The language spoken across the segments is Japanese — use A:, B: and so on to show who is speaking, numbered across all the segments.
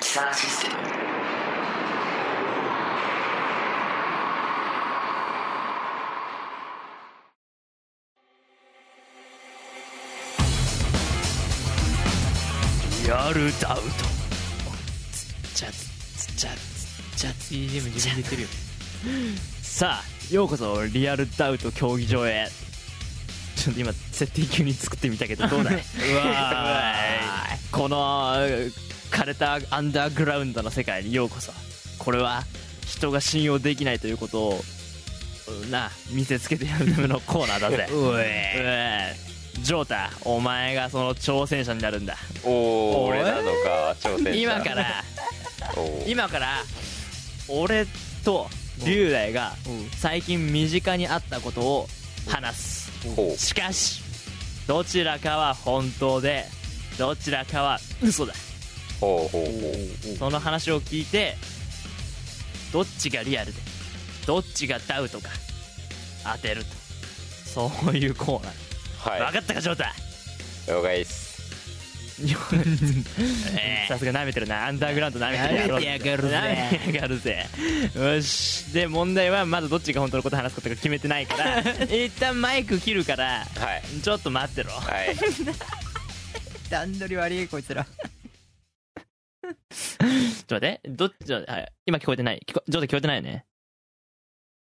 A: キサーシステム
B: やるダウト。
C: ちゃつちゃつちゃ BGM 自分で言ってるよ
B: さあ、ようこそリアルダウト競技場へ。ちょっと今、設定急に作ってみたけど、どうだいうわーいこの枯れたアンダーグラウンドの世界にようこそ。これは人が信用できないということを、うんなあ、見せつけてやるためのコーナーだぜ。
C: お
B: う
C: い
B: えジョータお前がその挑戦者になるんだ
D: おお
B: おい
D: 俺なのか挑戦者
B: 今から
D: おー
B: 今から俺と龍大が最近身近にあったことを話
D: ほう
B: すしかしどちらかは本当でどちらかは嘘だ
D: ほうほう
B: その話を聞いてどっちがリアルでどっちがダウトか当てるとそういうコーナー、
D: はい
B: 分かったかジョータ
D: 了解っす
B: さすが舐めてるなアンダーグラウンド舐めてる
C: 舐めてやがるぜ
B: 舐めてやがるぜよしで問題はまだどっちが本当のこと話すことか決めてないから 一旦マイク切るから
D: はい
B: ちょっと待ってろ
D: はい
C: 段取り悪いこいつら
B: ちょっと待ってどっちはい今聞こえてない聞こジョータ聞こえてないよね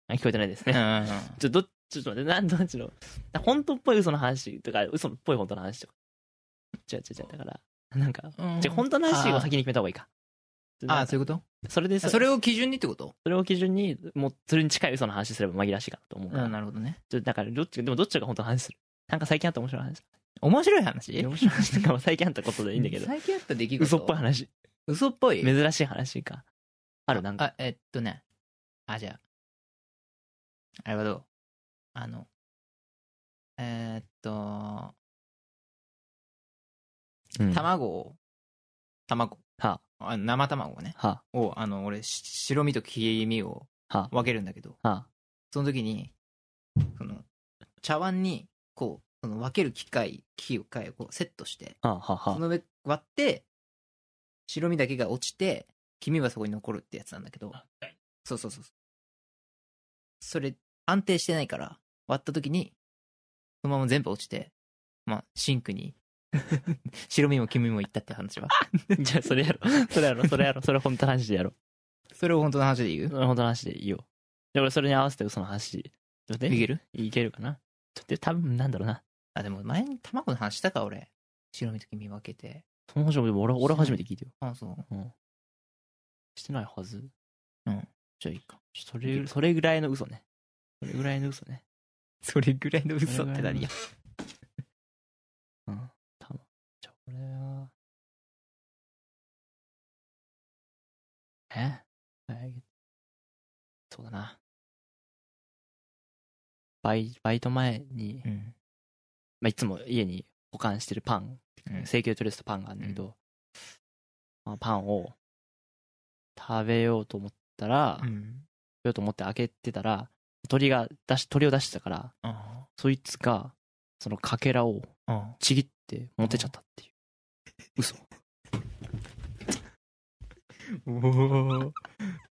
B: あ聞こえてないです
C: う
B: ね、
C: ん
B: ちょどっちょっと待ってなんどっちの本当っぽい嘘の話とか嘘っぽい本当の話とか違う違う違うだからなんか、
C: うん
B: じゃ本当の話を先に決めた方がいいか
C: ああそういうこと
B: それで
C: それを基準にってこと
B: それを基準に、もう、それに近い嘘の話すれば紛らわしいかなと思うから。
C: うんなるほどね
B: ちょっとだから、どっちが、でもどっちが本当の話する。なんか最近あった面白い話。
C: 面白い話
B: 面白い話とかも最近あったことでいいんだけど。
C: 最近あった出来事
B: 嘘っぽい話。
C: 嘘っぽい
B: 珍しい話か。ある、なんか。
C: あえっとねあじゃああれはどうあのえーっと
B: うんは
C: 卵を卵
B: あ、
C: あ生卵をね
B: は
C: をあの俺し白身と黄身を
B: は
C: 分けるんだけど
B: あ、は
C: その時にその茶碗にこうその分ける機械機械をこうセットして
B: あ、はあ、は
C: その上割って白身だけが落ちて黄身はそこに残るってやつなんだけどそうそうそうそうそれ安定してないから割った時にそのまま全部落ちてまあシンクに 白身も黄身もいったって話は
B: あ。 じゃあ、それやろ。それやろ、それやろ。それ本当の話でやろ
C: それを本当の話で言
B: う。
C: う
B: それ本当の話でいいよ。で、俺、それに合わせて嘘の話。ちょっと待って
C: いける
B: いけるかな。ちょっと、多分、なんだろうな。
C: あでも前に卵の話したか俺白身と黄身分けて
B: その話も、でも俺、俺初めて聞いてよ。
C: あそう
B: うん。してないはず。
C: じゃあいいか
B: それ、それぐらいの嘘ね。それぐらいの嘘ね。
C: それぐらいの嘘
B: 嘘
C: っ
B: ってて何
C: 何や
B: やうん。たま、じゃあ、これは。ええそうだな。バイ、バイト前に、
C: ん
B: まあ、いつも家に保管してるパン、
C: うん
B: 成形トレスとパンがあるんだけど、まあ、パンを食べようと思ったら、食
C: ん
B: べようと思って開けてたら、鳥が出し、鳥を出してたから、
C: あ
B: そいつが、そのかけらを
C: ああ
B: ちぎって持ってっちゃったっていう。嘘。
C: お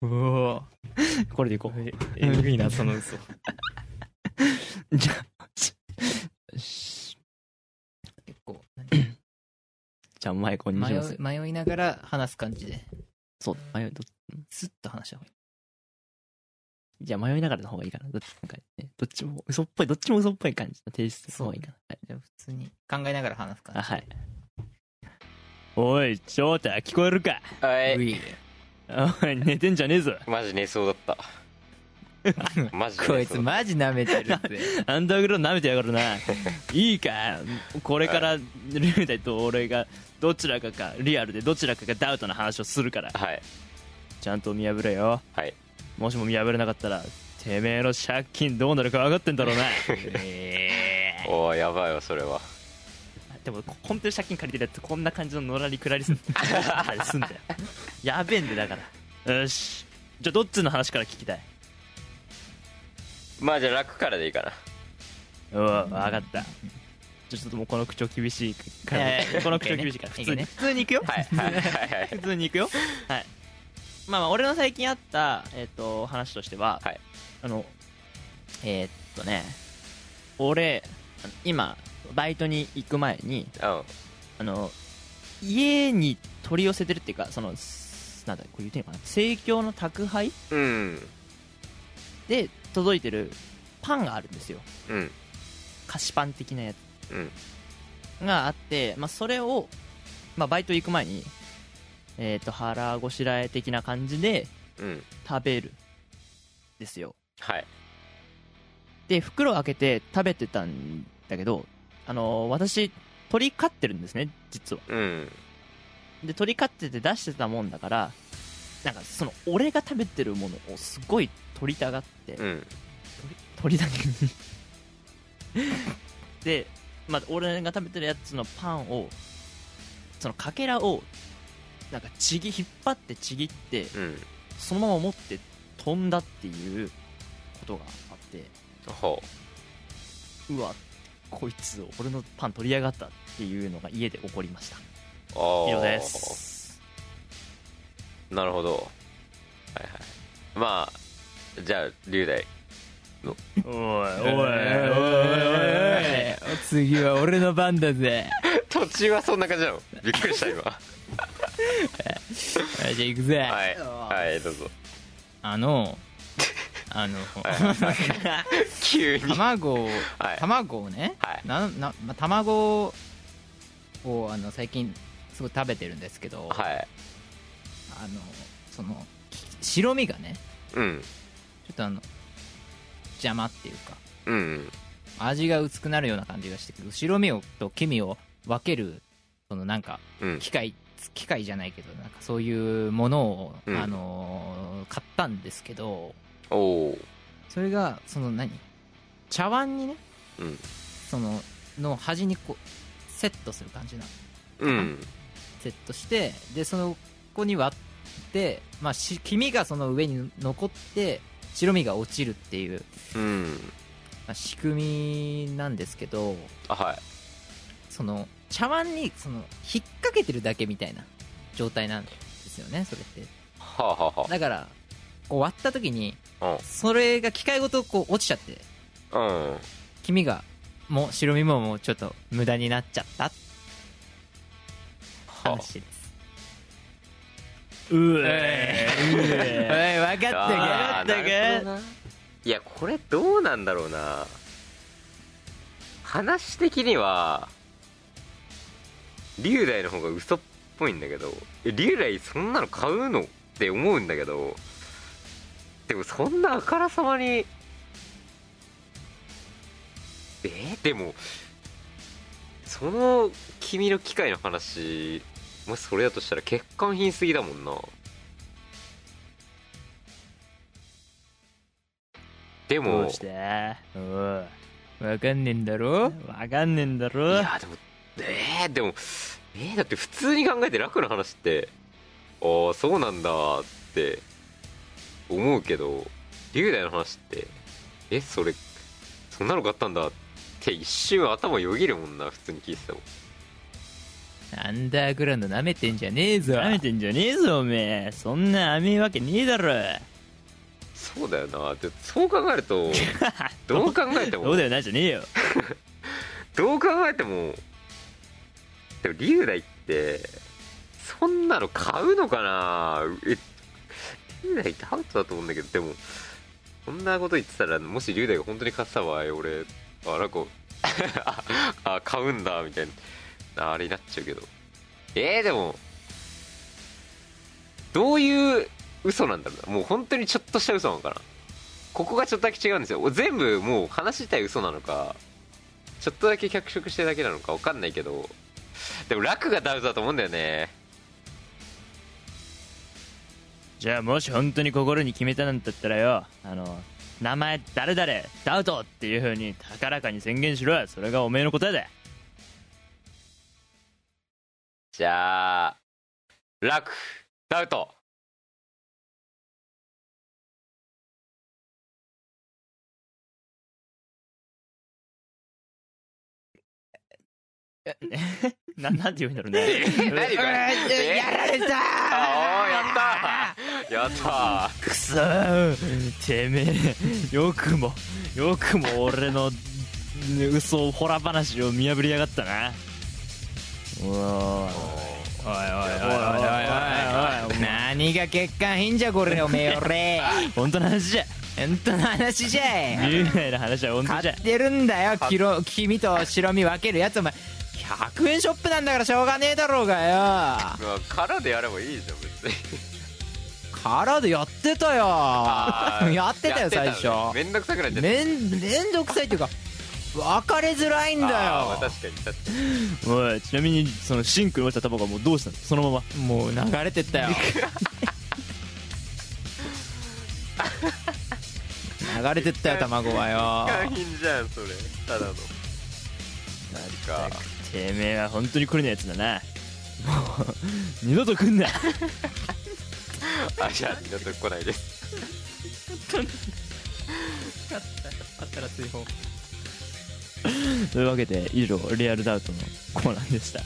C: おお
B: これでいこう。
C: えぐいなその嘘
B: じゃあ、よし
C: 結 構
B: じゃあ、お前こうにし
C: 迷
B: ま
C: う
B: す。
C: 迷いながら話す感じで
B: そう、迷う。ど
C: スッと話した方がい
B: じゃあ迷いながらの方がいいかな。どっちなんかね、どっちも嘘っぽい、どっちも嘘っぽい感じの提出の方がいいかな。はい
C: じゃあ普通に考えながら話すか
B: あ、
C: ら。
B: はい。おい、翔太、聞こえるか
D: は
C: う
D: い
C: い
B: おい、寝てんじゃねえぞ。
D: マジ寝そう だったマジ
C: こ
D: 寝
C: い
D: そう
C: つ
D: だっ
C: マジ舐めてる って。
B: アンダーグラウンド舐めてやがるな。いいか、これから、ルーダイと俺が、どちらかか、リアルでどちらかがダウトの話をするから
D: た、はい
B: ちゃんと見破れよ。
D: はい
B: もしも見破れなかったら、てめえの借金どうなるか分かってんだろうな。
D: おーやばいわそれは
B: でも、こ本当に借金借りてるやつ、こんな感じののらりくらりすん すんだよ。やべえんで、だから。よし。じゃあ、どっちの話から聞きたい
D: まあじゃあ楽からでいいかな
B: おう分かった。じゃあちょっともうこの口調厳しいか
C: いや
B: ら
C: いや、
B: この口調厳しいから、
C: い
B: 普
C: いね
B: 通
C: い
B: に、普通
C: いね
B: に行くよ。
D: はいはいはいはい
B: 普通に行くよ。はい。まあまあ、俺の最近あった、えっ、と、話としては、
D: はい
B: あの、えーっとね、俺、あの今、バイトに行く前に、
D: うん
B: あの、家に取り寄せてるっていうか、その、すなんだ、これ言っていいのかな、生協の宅配
D: うん
B: で届いてるパンがあるんですよ。
D: うん
B: 菓子パン的なやつ。
D: うん
B: があって、まあ、それを、まあ、バイト行く前に、えー、と腹ごしらえ的な感じで
D: うん
B: 食べるんですよ
D: はい
B: で袋を開けて食べてたんだけど、あのー私鳥飼ってるんですね実は
D: うん
B: で鳥飼ってて出してたもんだからなんかその俺が食べてるものをすごい取りたがって、
D: うん
B: 鳥だけに で、まあ、俺が食べてるやつのパンをそのかけらをなんかちぎ引っ張ってちぎって
D: うん
B: そのまま持って飛んだっていうことがあって
D: ほ
B: うわこいつ俺のパン取りやがったっていうのが家で起こりました
D: うお
B: 以上で
D: ー
B: す
D: なるほどはいはいまあじゃあ龍大
B: おいおい
C: おいおいおいおい 次は俺の番だぜ。
D: 途中はそんな感じなのびっくりした今 は
C: はいじゃあ行くぜ。
D: いはいどうぞ
C: あの、あの、
D: 急に
C: 卵を、
D: はい
C: 卵をね、
D: はい
C: ななまあ、卵をあの最近すごい食べてるんですけど、
D: はい
C: あのそのき白身がね
D: うん
C: ちょっとあの邪魔っていうか
D: うん
C: 味が薄くなるような感じがしてくる白身をと黄身を分けるそのなんか
D: うん
C: 機械機械じゃないけどなんかそういうものを、
D: うん
C: あの買ったんですけど
D: おお
C: それがその何茶碗にね
D: うん
C: そのの端にこうセットする感じなの
D: うん
C: セットしてでそのこに割って、まあ、し黄身がその上に残って白身が落ちるっていう、
D: うん
C: まあ仕組みなんですけど
D: あはい
C: その茶碗にその引っ掛けてるだけみたいな状態なんですよねそれって
D: はあは
C: だからこう割った時に
D: あは
C: それが機械ごとこう落ちちゃって
D: あうんうん
C: 黄身がもう白身ももうちょっと無駄になっちゃったって
D: は
C: 話です
B: うえ
C: おい分かったか
D: あーなるほどないやこれどうなんだろうな話的には龍大の方が嘘っぽいんだけどえ龍大そんなの買うのって思うんだけどでもそんなあからさまにえーでもその君の機械の話もしそれだとしたら欠陥品すぎだもんなでも
B: どうしておい
C: 分かんねえんだろ
B: わかんねえんだ
D: い
B: ろ
D: やでもえー、でもえー、だって普通に考えて楽な話ってああそうなんだって思うけど龍大の話ってえそれそんなの買ったんだって一瞬頭よぎるもんな普通に聞いてても
C: アンダーグラウンド舐めてんじゃねえぞ
B: 舐めてんじゃねえぞおめえそんな甘いわけねえだろ
D: そうだよなでそう考えるとどう考えても
B: どうだよなじゃねえよ
D: どう考えてもでも龍大ってそんなの買うのかなえ龍大ってアウトだと思うんだけどでもこんなこと言ってたらもし龍大が本当に勝ってた場合俺あなんかあ買うんだみたいなあれになっちゃうけどえー、でもどういう嘘なんだろうなもう本当にちょっとした嘘なのかなここがちょっとだけ違うんですよ全部もう話自体嘘なのかちょっとだけ脚色してるだけなのか分かんないけどでも楽がダウトだと思うんだよね
B: じゃあもし本当に心に決めたなんだったらよあの名前誰々ダウトっていう風に高らかに宣言しろよそれがおめえの答えだ
D: じゃあ楽ダウト
B: ななんて言うんだろうね
D: 何これえ
C: やられた
D: あーやったーやっ
B: くそーてめえよくもよくも俺のね嘘ほら話を見破りやがったなおーおいおいおいおいおいおいおい
C: 何が欠陥品じゃこれおめえよれ
B: 本当の話じゃ
C: 本当の話じゃい
B: 龍大の話は本当じ
C: 買
B: ゃ
C: ってるんだよ黄色黄身と白身分けるやつお前100円ショップなんだからしょうがねえだろうがよ
D: たー空でやればいいじゃん別に
C: からでやってた よやってたよ最初
D: やってたねめんどくさくなっちゃった
C: めんめんどくさいっていうか分かれづらいんだ
D: あーまあ
C: よ
D: 確かに確かに
B: おいちなみにそのシンクに落ちたタバコはもうどうしたのそのまま
C: もう流れてったよ流れてったよ卵は
D: 完
C: よ
D: 品じゃんそれただの何か
B: てめえは本当にこれのやつだなもう二度と来んな
D: あじゃあ二度と来ないです
C: あったら追放
B: というわけで以上リアルダウトのコーナーでしたい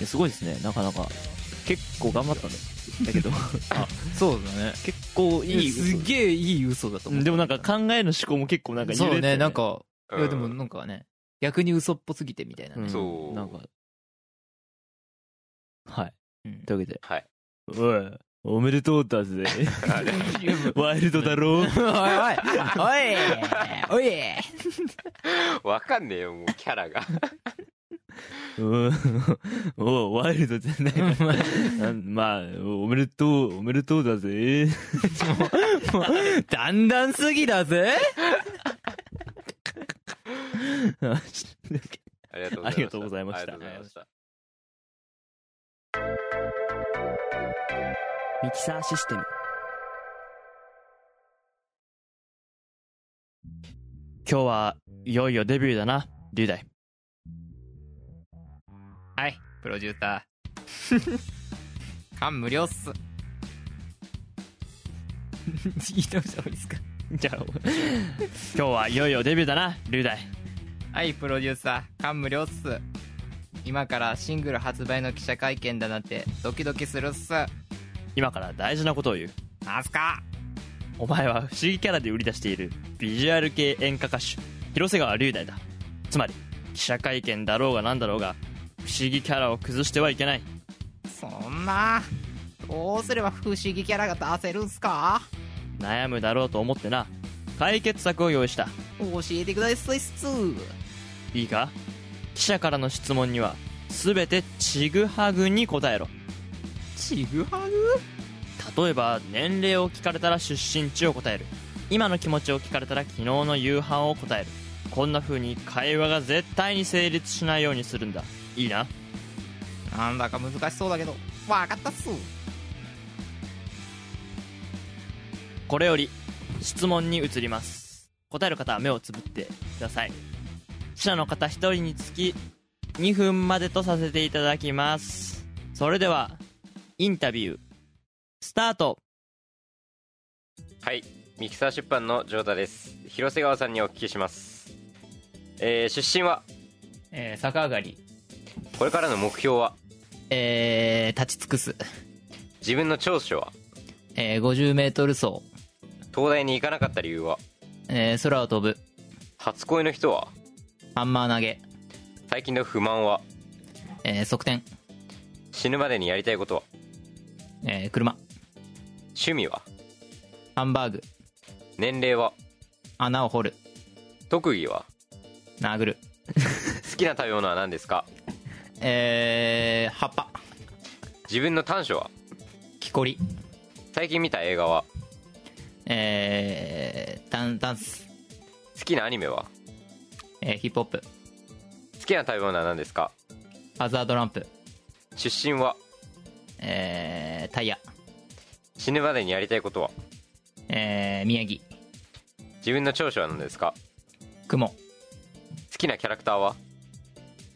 B: やすごいですねなかなか結構頑張ったんだだけ ど
C: そうだね
B: 結構いい
C: すげえいい嘘だと
B: う
C: 思
B: ん
C: う
B: でもなんか考えの思考も結構なんか揺れて
C: そうねなん
B: う
C: か
D: うん
C: いやでもなんかね逆に嘘っぽすぎてみたいなね、
B: ん
D: そう
B: なんかはい
C: うん
B: というわけで
D: はい
B: おいおめでとうだ ぜ
D: あれ
B: ワイルドだ ろう
C: おいおいおいおい
D: わかんねえよもうキャラが
B: うんおうワイルドじゃないかなんまあおめでとうおめでとうだぜ
C: だんだんすぎだぜ
B: あちょっとだけ
D: ありがとうございました
B: ありがとうございました
D: あ
B: ミキサーシステム今日はいよいよデビューだな龍大
C: はいプロデューター 感無量っ す言い直した方がいいですか
B: じゃあ今日はいよいよデビューだな龍大
C: はいプロデューサー感無量っす今からシングル発売の記者会見だなんてドキドキするっす
B: 今から大事なことを言う
C: なんすか
B: お前は不思議キャラで売り出しているビジュアル系演歌歌手広瀬川龍大だつまり記者会見だろうがなんだろうが不思議キャラを崩してはいけない
C: そんなどうすれば不思議キャラが出せるんすか
B: 悩むだろうと思ってな解決策を用意した
C: 教えてくださいっす
B: いいか記者からの質問には全てちぐはぐに答えろ
C: ちぐはぐ
B: 例えば年齢を聞かれたら出身地を答える今の気持ちを聞かれたら昨日の夕飯を答えるこんな風に会話が絶対に成立しないようにするんだいいな
C: なんだか難しそうだけどわかったっす
B: これより質問に移ります答える方は目をつぶってください記者の方1人につき2分までとさせていただきますそれではインタビュースタート
D: はいミキサー出版の城田です広瀬川さんにお聞きしますえー出身は
C: えー、逆上がり
D: これからの目標は
C: えー、立ち尽くす
D: 自分の長所は
C: えー、50メートル走
D: 東大に行かなかった理由は
C: えー、空を飛ぶ
D: 初恋の人は
C: ハンマー投げ
D: 最近の不満は
C: えー、側転
D: 死ぬまでにやりたいことは
C: えー、車
D: 趣味は
C: ハンバーグ
D: 年齢は
B: 穴を掘る。
D: 特技は
B: 殴る。
D: 好きな食べ物は何ですか
B: えー、葉っぱ。
D: 自分の短所は
B: 木こり。
D: 最近見た映画は
B: えー、ダン、ダンス。
D: 好きなアニメは
B: えー、ヒップホップ。
D: 好きな食べ物は何ですか
B: ハザードランプ。
D: 出身は
B: えー、タイヤ。
D: 死ぬまでにやりたいことは
B: えー、宮城。
D: 自分の長所は何ですか
B: 雲。
D: 好きなキャラクターは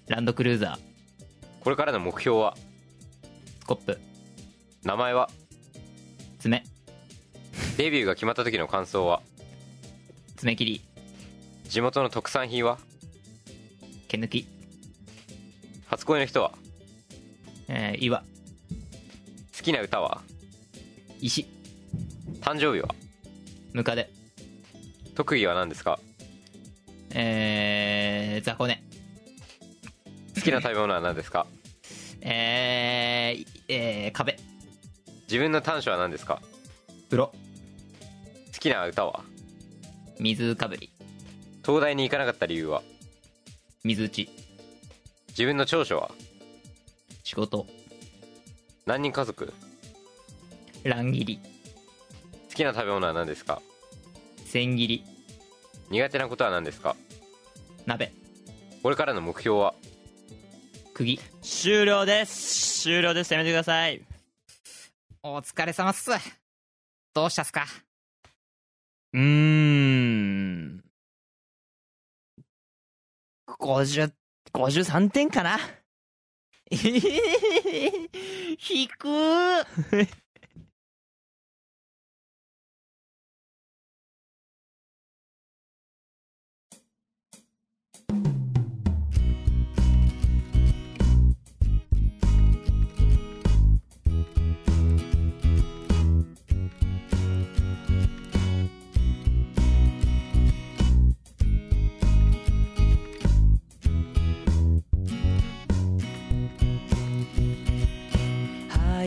B: ランドクルーザー。
D: これからの目標は
B: スコップ。
D: 名前は
B: 爪。
D: デビューが決まった時の感想は
B: 爪切り。
D: 地元の特産品は
B: 毛抜き。
D: 初恋の人は
B: えー、岩。
D: 好きな歌は
B: 石。
D: 誕生日は
B: ムカデ。
D: 特技は何ですか
B: えー、雑魚ね。
D: 好きな食べ物は何ですか
B: えー、えー、壁。
D: 自分の短所は何ですか
B: 風呂。
D: 好きな歌は
B: 水かぶり。
D: 東大に行かなかった理由は
B: 水打ち。
D: 自分の長所は
B: 仕事。
D: 何人家族
B: 乱切り。
D: 好きな食べ物は何ですか
B: 千切り。
D: 苦手なことは何ですか
B: 鍋。
D: これからの目標は
B: 釘。
E: 終了です終了ですやめてください
B: お疲れ様っす。どうしたっすか
E: うーん50 53点かな
B: えへへへへ。引くー。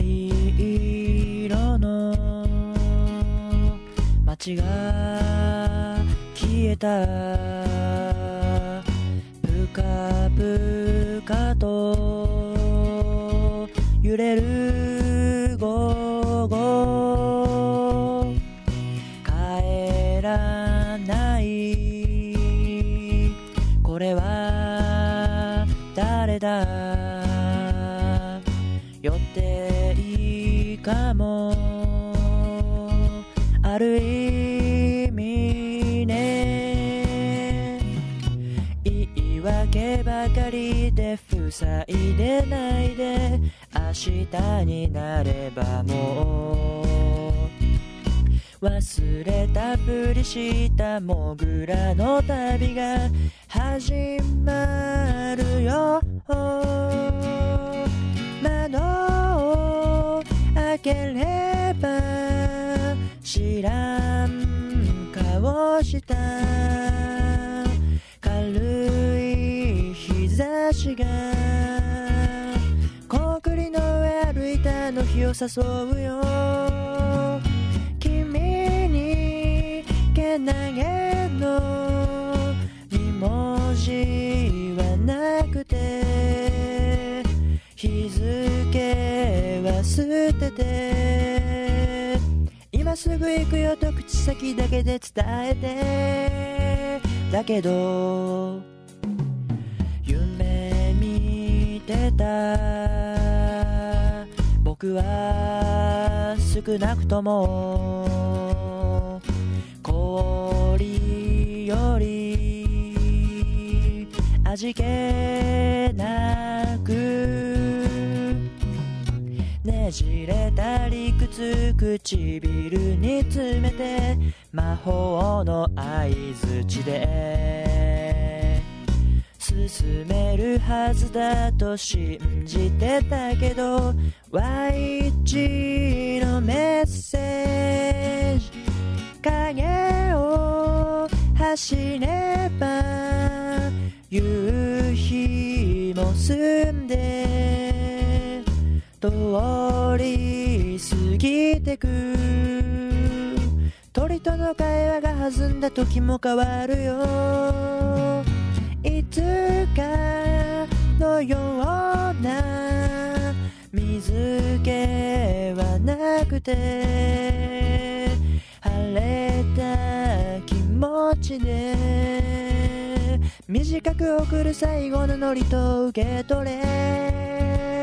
E: 灰色の街が消えたぷかぷかと揺れる午後帰らないこれは誰だ寄っていいかもある意味ね言い訳ばかりで塞いでないで明日になればもう忘れたふりしたモグラの旅が始まるよ窓を開ければ知らん顔した軽い日差しがコンクリの上歩いたの日を誘うよ君にけなげの二文字はなくて日付は捨てて今すぐ行くよと口先だけで伝えてだけど夢見てた僕は少なくとも氷より味気なくねじれた理屈唇に詰めて魔法の合図で進めるはずだと信じてたけど YG のメッセージ影を走れば夕日も澄んで通り過ぎてく鳥ととの会話が弾んだ時も変わるよいつかのような水気はなくて晴れた気持ちで短く送る最後のノリと受け取れ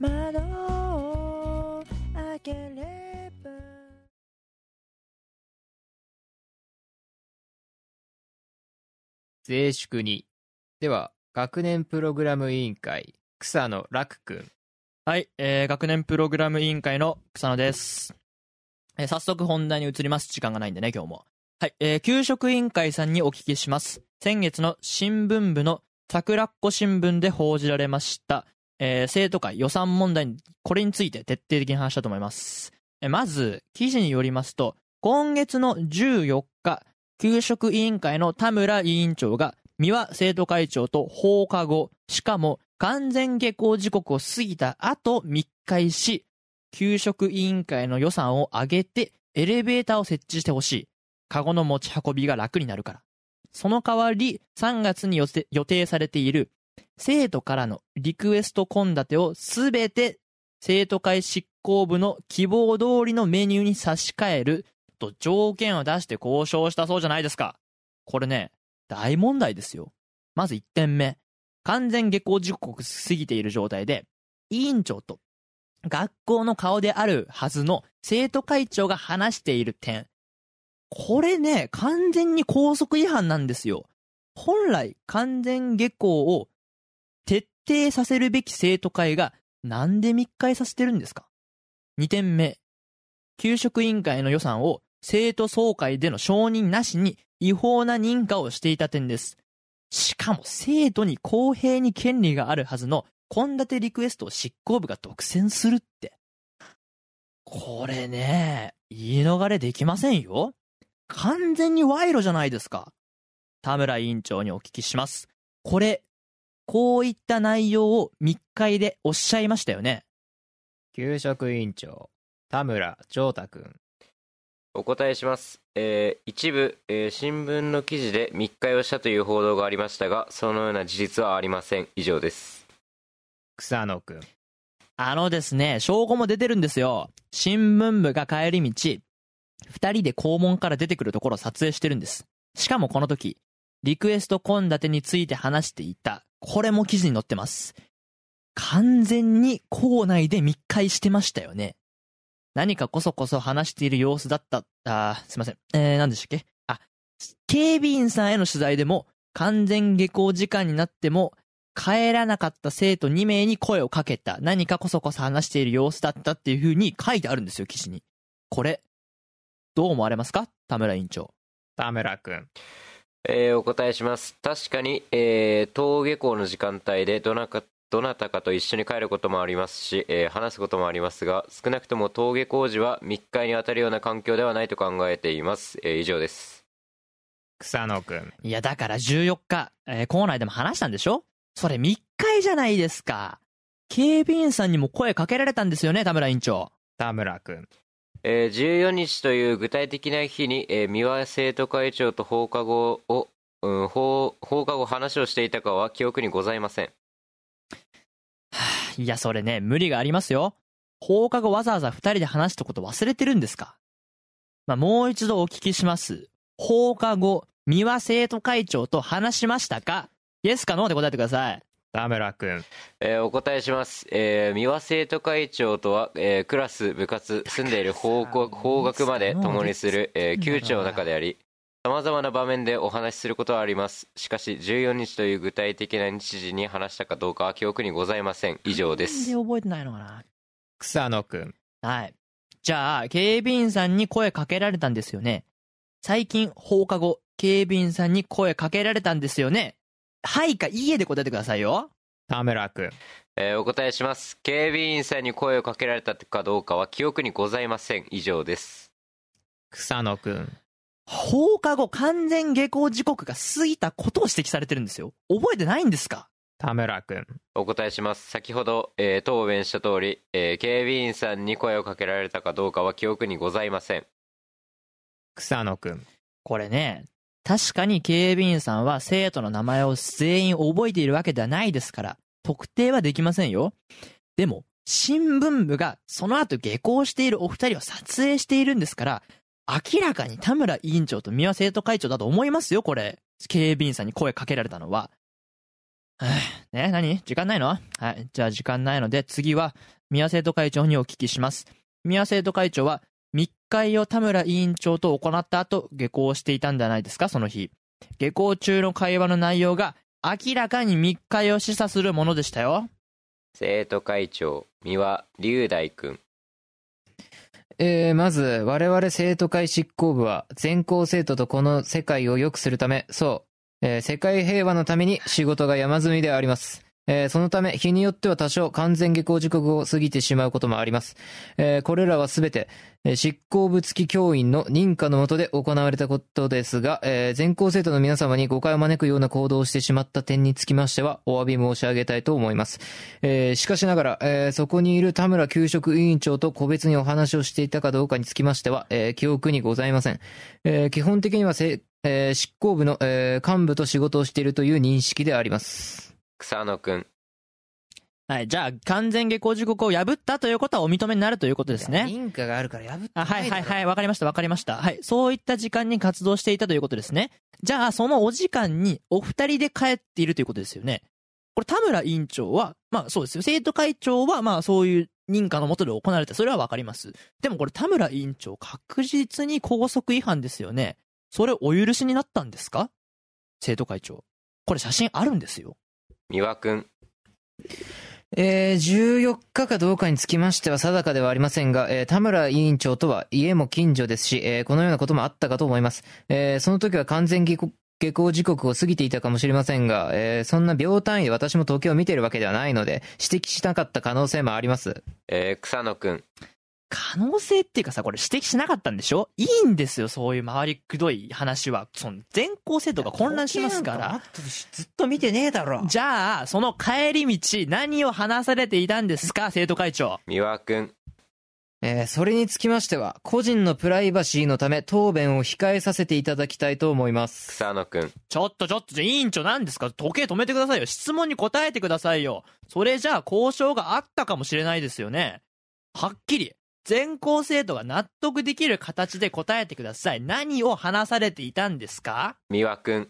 E: 窓を開ければ
C: 静粛に。では、学年プログラム委員会、草野楽くん。
B: はい、えー学年プログラム委員会の草野です。えー早速本題に移ります。時間がないんでね、今日も。はい、えー給食委員会さんにお聞きします。先月の新聞部の桜っ子新聞で報じられました、えー生徒会予算問題に、これについて徹底的に話したいと思います。えーまず、記事によりますと、今月の14日、給食委員会の田村委員長が、三輪生徒会長と放課後、しかも完全下校時刻を過ぎた後密会し、給食委員会の予算を上げてエレベーターを設置してほしい。カゴの持ち運びが楽になるから。その代わり、3月に予定予定されている生徒からのリクエスト献立をすべて生徒会執行部の希望通りのメニューに差し替えると条件を出して交渉したそうじゃないですか。これね、大問題ですよ。まず1点目。完全下校時刻過ぎている状態で、委員長と学校の顔であるはずの生徒会長が話している点。これね、完全に校則違反なんですよ。本来、完全下校を徹底させるべき生徒会がなんで密会させてるんですか ?2 点目。給食委員会の予算を生徒総会での承認なしに違法な認可をしていた点です。しかも生徒に公平に権利があるはずの献立リクエストを執行部が独占するって。これね、言い逃れできませんよ。完全に賄賂じゃないですか。田村委員長にお聞きします。これ、こういった内容を密会でおっしゃいましたよね。
C: 給食委員長、田村丈太くん。
D: お答えします。えー一部、えー新聞の記事で密会をしたという報道がありましたが、そのような事実はありません。以上です。
C: 草野くん。
B: あのですね、証拠も出てるんですよ。新聞部が帰り道、二人で校門から出てくるところを撮影してるんです。しかもこの時、リクエスト献立について話していた。これも記事に載ってます。完全に校内で密会してましたよね。何かこそこそ話している様子だった、あーすいません。えー、何でしたっけあ、警備員さんへの取材でも、完全下校時間になっても、帰らなかった生徒2名に声をかけた。何かこそこそ話している様子だったっていう風に書いてあるんですよ、記事に。これ、どう思われますか田村委員長。
C: 田村くん。
D: えーお答えします。確かに、えー登下校の時間帯でどなか、どなたかと一緒に帰ることもありますし、えー話すこともありますが、少なくとも登下校時は密会に当たるような環境ではないと考えています。えー以上です。
C: 草野くん。
B: いや、だから14日、えー校内でも話したんでしょそれ密会じゃないですか。警備員さんにも声かけられたんですよね、田村委員長。
C: 田村くん。
D: えー14日という具体的な日に、えー三輪生徒会長と放課後を、うん、放放課後話をしていたかは記憶にございません。
B: いや、それね、無理がありますよ。放課後わざわざ二人で話したこと忘れてるんですかまあ、もう一度お聞きします。放課後、三輪生徒会長と話しましたかイエスかノーで答えてください。
C: 田村くん。
D: えーお答えします。えー三輪生徒会長とは、えークラス、部活、住んでいる方向方角まで共にする、
B: そう
D: えー
B: なんだ
D: 旧知の中であり、様々な場面でお話しすることはあります。しかし、14日という具体的な日時に話したかどうかは記憶にございません。以上で
B: なん
D: す
B: で。覚えてないのかな
C: 草野くん。
B: はい。じゃあ、警備員さんに声かけられたんですよね。最近、放課後、警備員さんに声かけられたんですよね。はいか、いいえで答えてくださいよ。
C: 田村くん。
D: えーお答えします警備員さんに声をかけられたかどうかは記憶にございません以上です
E: 草野くん。
B: 放課後完全下校時刻が過ぎたことを指摘されてるんですよ。覚えてないんですか
E: 田村くん。
D: お答えします先ほど、えー答弁した通り、えー警備員さんに声をかけられたかどうかは記憶にございません
E: 草野くん。
B: これね、確かに警備員さんは生徒の名前を全員覚えているわけではないですから、特定はできませんよ。でも、新聞部がその後下校しているお二人を撮影しているんですから、明らかに田村委員長と三輪生徒会長だと思いますよ、これ。警備員さんに声かけられたのは。 はぁね、何時間ないのはい、じゃあ時間ないので次は三輪生徒会長にお聞きします。三輪生徒会長は密会を田村委員長と行った後、下校していたんじゃないですか、その日。下校中の会話の内容が明らかに密会を示唆するものでしたよ。
D: 生徒会長三輪龍大君
E: えー、まず、我々生徒会執行部は、全校生徒とこの世界を良くするため、そう、えー世界平和のために仕事が山積みであります。えーそのため、日によっては多少完全下校時刻を過ぎてしまうこともあります。えーこれらはすべて、えー執行部付き教員の認可の下で行われたことですが、えー全校生徒の皆様に誤解を招くような行動をしてしまった点につきましては、お詫び申し上げたいと思います。えーしかしながら、えーそこにいる田村給食委員長と個別にお話をしていたかどうかにつきましては、えー記憶にございません。えー基本的にはせ、えー執行部の、えー幹部と仕事をしているという認識であります。
D: 草野君
B: はい、じゃあ完全下校時刻を破ったということはお認めになるということですね。
E: 認可があるから破って
B: あはいはいはい、わかりましたわかりました。はい、そういった時間に活動していたということですね。じゃあ、そのお時間にお二人で帰っているということですよね。これ、田村委員長は、まあそうですよ。生徒会長は、まあそういう認可のもとで行われて、それはわかります。でもこれ、田村委員長、確実に校則違反ですよね。それ、お許しになったんですか生徒会長。これ、写真あるんですよ。
D: 三輪君
E: えー、14日かどうかにつきましては定かではありませんが、えー田村委員長とは家も近所ですし、えーこのようなこともあったかと思います。えーその時は完全下校下校時刻を過ぎていたかもしれませんが、えーそんな秒単位で私も時計を見ているわけではないので、指摘しなかった可能性もあります。
D: えー草野君
B: 可能性っていうかさ、これ指摘しなかったんでしょいいんですよ、そういう回りくどい話は。その全校生徒が混乱しますから。
E: ずっと見てねえだろ
B: じゃあ、その帰り道、何を話されていたんですか、生徒会長。
D: 三輪君
E: えーそれにつきましては、個人のプライバシーのため答弁を控えさせていただきたいと思います。
D: 草野君
B: ちょっとちょっと、委員長何ですか時計止めてくださいよ。質問に答えてくださいよ。それじゃあ、交渉があったかもしれないですよね。はっきり、全校生徒が納得できる形で答えてください。何を話されていたんですか
D: 三輪君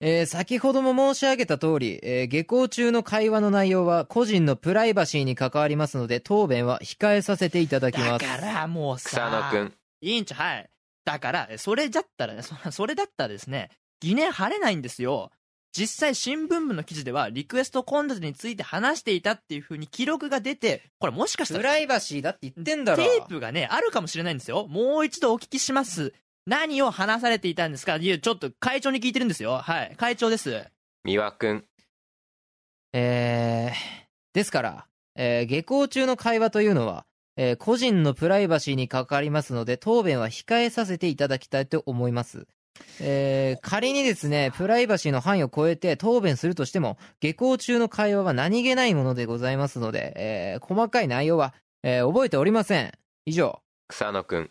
E: えー先ほども申し上げた通り、えー下校中の会話の内容は個人のプライバシーに関わりますので、答弁は控えさせていただき
B: だ
E: ます。
B: から、もうさ。
D: 草野君
B: 委員長、はい。だから、それじゃったらね、そそれだったらですね、疑念晴れないんですよ。実際、新聞部の記事では、リクエスト献立について話していたっていう風に記録が出て、これもしかした
E: プ
B: ら、
E: ライバシーだって言ってんだろ。
B: テープがね、あるかもしれないんですよ。もう一度お聞きします。何を話されていたんですかいや、ちょっと会長に聞いてるんですよ。はい、会長です。
D: 三輪君
E: えーですから、えー下校中の会話というのは、えー個人のプライバシーに関わりますので、答弁は控えさせていただきたいと思います。えー仮にですね、プライバシーの範囲を超えて答弁するとしても、下校中の会話は何気ないものでございますので、えー細かい内容は、えー覚えておりません。以上。
D: 草野君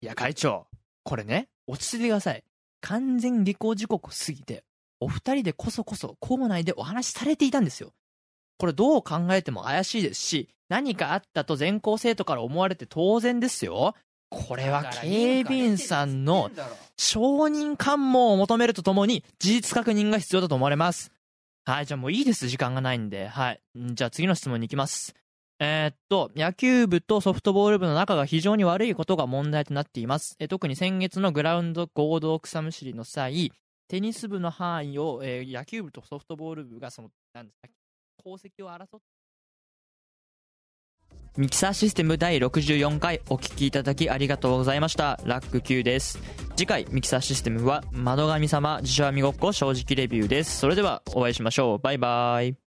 B: いや、会長、これね、落ち着いてください。完全下校時刻を過ぎて、お二人でこそこそ校内でお話しされていたんですよ。これどう考えても怪しいですし、何かあったと全校生徒から思われて当然ですよ。これは警備員さんの承認喚問を求めるとともに、事実確認が必要だと思われます。はい、じゃあもういいです。時間がないんで。はい。んじゃあ次の質問に行きます。えーっと、野球部とソフトボール部の仲が非常に悪いことが問題となっています。え特に先月のグラウンド合同草むしりの際、テニス部の範囲を、えー野球部とソフトボール部がその、なんですか、功績を争っミキサーシステム第64回お聞きいただきありがとうございました。ラック Q です。次回ミキサーシステムは窓神様自称みごっこ正直レビューです。それではお会いしましょう。バイバイ。